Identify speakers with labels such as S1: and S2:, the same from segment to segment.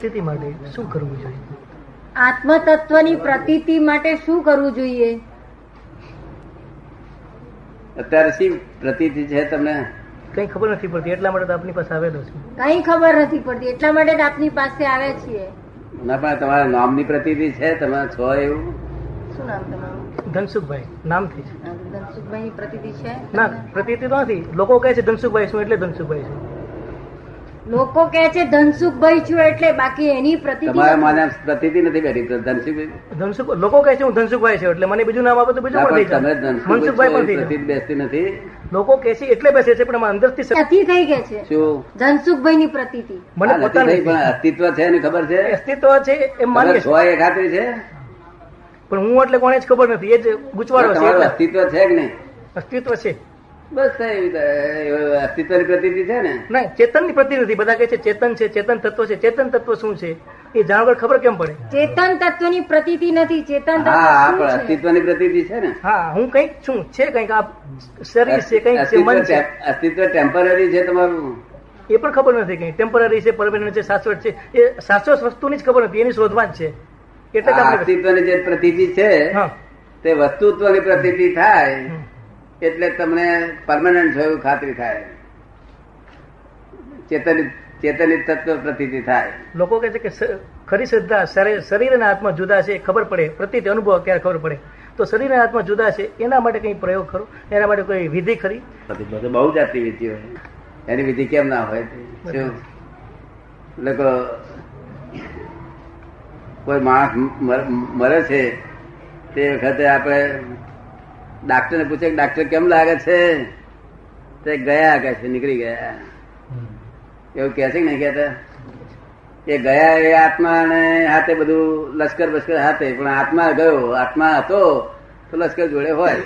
S1: તેથી માટે શું કરવું જોઈએ
S2: આત્મતત્વની પ્રતીતિ માટે શું કરવું જોઈએ
S3: અત્યારે શી પ્રતીતિ છે તમને
S1: કંઈ ખબર નથી પડતી એટલા માટે તો આપની પાસે આવેલો છું
S2: કઈ ખબર નથી પડતી એટલા માટે જ આપની પાસે આવ્યા છીએ
S3: ના પણ તમારા નામની પ્રતીતિ છે તમે છો એવું
S2: શું નામ તમારું
S1: ધનસુખભાઈ નામથી જ
S2: આ ધનસુખભાઈની પ્રતીતિ છે
S1: ના પ્રતીતિ તો નથી લોકો કહે છે ધનસુખભાઈ છું એટલે ધનસુખભાઈ છું
S2: લોકો કહે છે ધનસુખભાઈ છું એટલે બાકી એની પ્રતીતિ
S3: તમારા મને પ્રતીતિ નથી બેઠી ધનસિંહ
S1: ધનસુખ લોકો કહે છે હું ધનસુખભાઈ છું એટલે મને બીજું નામ આપો તો બીજું પણ થઈ
S3: તમે
S1: જાય
S3: ધનસિંહ
S1: મનસુખભાઈ પણ થઈ
S3: પ્રતીતિ
S1: જાય
S3: બેસતી નથી
S1: લોકો કહે છે એટલે બેસે છે પણ આમાં અંદરથી સ-
S2: નથી થઈ ગઈ છે
S3: શું
S2: ધનસુખભાઈની પ્રતીતિ
S1: મને
S3: આ
S1: પોતાને
S3: નથી થઈ, પણ અસ્તિત્વ છે ને ખબર છે
S1: અસ્તિત્વ છે એમ
S3: તમે
S1: માનીએ
S3: છો
S1: છીએ.
S3: એ ખાતરી છે
S1: પણ હું એટલે કોને જ ખબર નથી એ જ ગુચવાડો છે
S3: તમારું
S1: એટલે.
S3: અસ્તિત્વ છે કે નહીં
S1: અસ્તિત્વ છે
S3: બસ થઈ એ અસ્તિત્વની પ્રતીતિ છે ને
S1: ના ચેતનની પ્રતિ નથી બધા કહે છે ચેતન છે ચેતન તત્વ છે ચેતન તત્વ શું છે એ જાણવા વગર ખબર કેમ પડે
S2: ચેતન તત્વની પ્રતીતિ નથી ચેતન
S3: હા હા
S2: તત્વ શું
S3: પણ
S2: છે
S3: અસ્તિત્વની પ્રતીતિ છે ને
S1: હા હું કંઈક છું છે કંઈક આ શરીર છે કંઈક છે
S3: અસ્તિત્વ
S1: મન છે
S3: ટેમ- અસ્તિત્વ ટેમ્પરરી છે તમારું
S1: એ પણ ખબર નથી કંઈ ટેમ્પરરી છે પરમેનન્ટ છે શાશ્વત છે એ શાશ્વત વસ્તુની જ ખબર નથી એની શોધમાં જ છે એટલે જ
S3: આ
S1: આપણે-
S3: અસ્તિત્વની જે પ્રતીતિ છે
S1: હા
S3: તે વસ્તુત્વની પ્રતીતિ થાય
S1: હમ.
S3: એટલે તમને પરમાનન્ટ છો એવું ખાતરી થાય ચેતનિત ચેતનિત તત્વ પ્રતીતિ થાય
S1: લોકો કહે છે કે સ- ખરી શ્રદ્ધા શરીર શરીર અને આત્મા જુદા છે એ ખબર પડે પ્રતિત અનુભવ ત્યારે ખબર પડે તો શરીર અને આત્મા જુદા છે એના માટે કંઈ પ્રયોગ ખરો એના માટે કોઈ વિધિ ખરી
S3: પ્રતીતિ તો બહુ જાતની વિધિ હોય એની વિધિ કેમ ના હોય શું લોકો કોઈ માણસ મર- મરે છે તે વખતે આપણે ડાક્ટરને પૂછે કે ડાક્ટર કેમ લાગે છે તે ગયા કહે છે નીકળી ગયા એવું કહે છે કે નહીં કહેતા એ ગયા એ આત્મા ને હાથે બધું લશ્કર બશ્કર હાથે પણ આત્મા ગયો આત્મા હતો તો લશ્કર જોડે હોય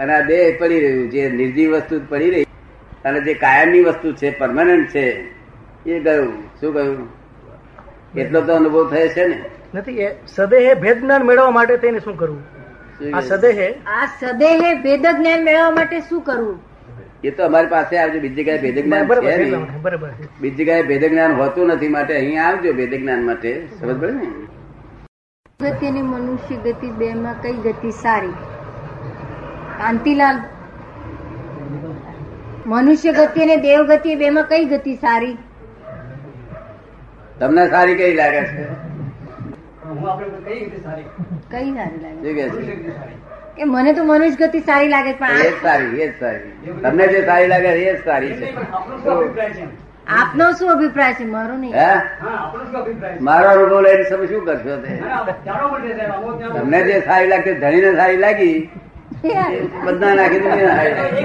S3: અને આ દેહ પડી રહ્યું જે નિર્જીવ વસ્તુ પડી રહી અને જે કાયમની વસ્તુ છે પરમાનન્ટ છે એ ગયું શું ગયું એટલો તો અનુભવ થયો છે ને
S1: નથી એ સદેહે ભેદ જ્ઞાન મેળવવા માટે થઈને શું કરવું
S3: શું
S1: આ
S3: કહ્યું?
S1: સદેહે
S2: આ સદેહે ભેદ જ્ઞાન મેળવવા માટે શું કરવું
S3: એ તો અમારી પાસે આવજો બીજી કઈ ભેદ જ્ઞાન
S1: બરાબર
S3: છે
S1: છે,
S3: નહીં
S1: બરાબર છે.
S3: બીજી કઈ ભેદ જ્ઞાન હોતું નથી માટે અહીં આવજો ભેદ જ્ઞાન માટે સમજ પડે ને
S2: ગતિ અને મનુષ્ય ગતિ બે માં કઈ ગતિ સારી કાંતિલાલ મનુષ્ય ગતિ અને દેવ ગતિ બે માં કઈ ગતિ સારી
S3: તમને સારી કઈ લાગે છે
S2: કઈ સારી લાગે
S3: શું કહે છે
S2: કે મને તો મનુષ્ય ગતિ સારી લાગે છે,
S3: એ જ
S2: પણ
S3: સારી એ જ સારી તમને જે સારી લાગે છે એ જ સારી છે
S2: આપ- આપનો શું અભિપ્રાય છે મારો નહીં
S3: હે મારો અનુભવ લઈને તમે શું કરશો તે તમને જે સારી લાગતી ધણીને સારી લાગી એ બધા નાખી દીધી ને સારી લાગી.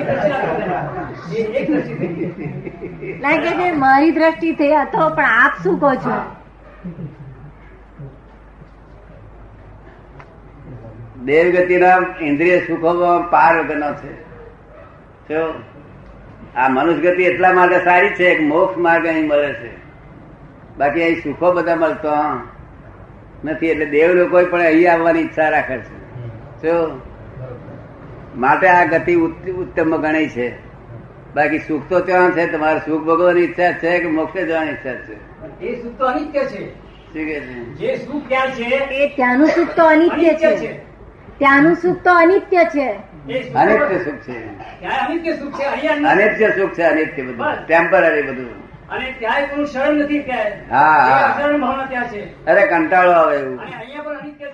S2: લાગે છે મારી દ્રષ્ટિ થઈ આ તો પણ આપ શું કહો છો
S3: દેવગતિના ઇન્દ્રિય સુખોમાં પાર વગરનો છે જો આ મનુષ્ય ગતિ એટલા માટે સારી છે કે મોક્ષ માર્ગ અહીં મળે છે બાકી અહીં સુખો બધા મળતો નથી એટલે દેવ લોકો પણ અહીં આવવાની ઈચ્છા રાખે છે જો માટે આ ગતિ ઉત્ત- ઉત્તમ ગણાય છે બાકી સુખ તો ત્યાં છે તમારે સુખ ભોગવવાની ઈચ્છા છે કે મોક્ષે જવાની ઈચ્છા છે
S4: એ સુખ તો અનિત્ય છે
S3: શું કહે છે?
S4: જે સુખ ત્યાં છે
S2: એ ત્યાંનું સુખ તો અનિત્ય
S4: અનિત્ય
S2: છે
S4: છે
S2: ત્યાંનું સુખ તો અનિત્ય છે
S4: એ સુખ
S3: અનિત્ય સુખ છે
S4: ત્યાં અનિત્ય સુખ છે અહીંયા અનિત્ય.
S3: અનિત્ય સુખ છે અનિત્ય બધું ટેમ્પરરી બધું
S4: અને ત્યાંય કોઈનું શરણ નથી ત્યાં
S3: હા, હા.
S4: એ અશરણ ભાવના ત્યાં છે
S3: અરે કંટાળો આવે એવું
S4: અને અહીંયા પણ અનિત્ય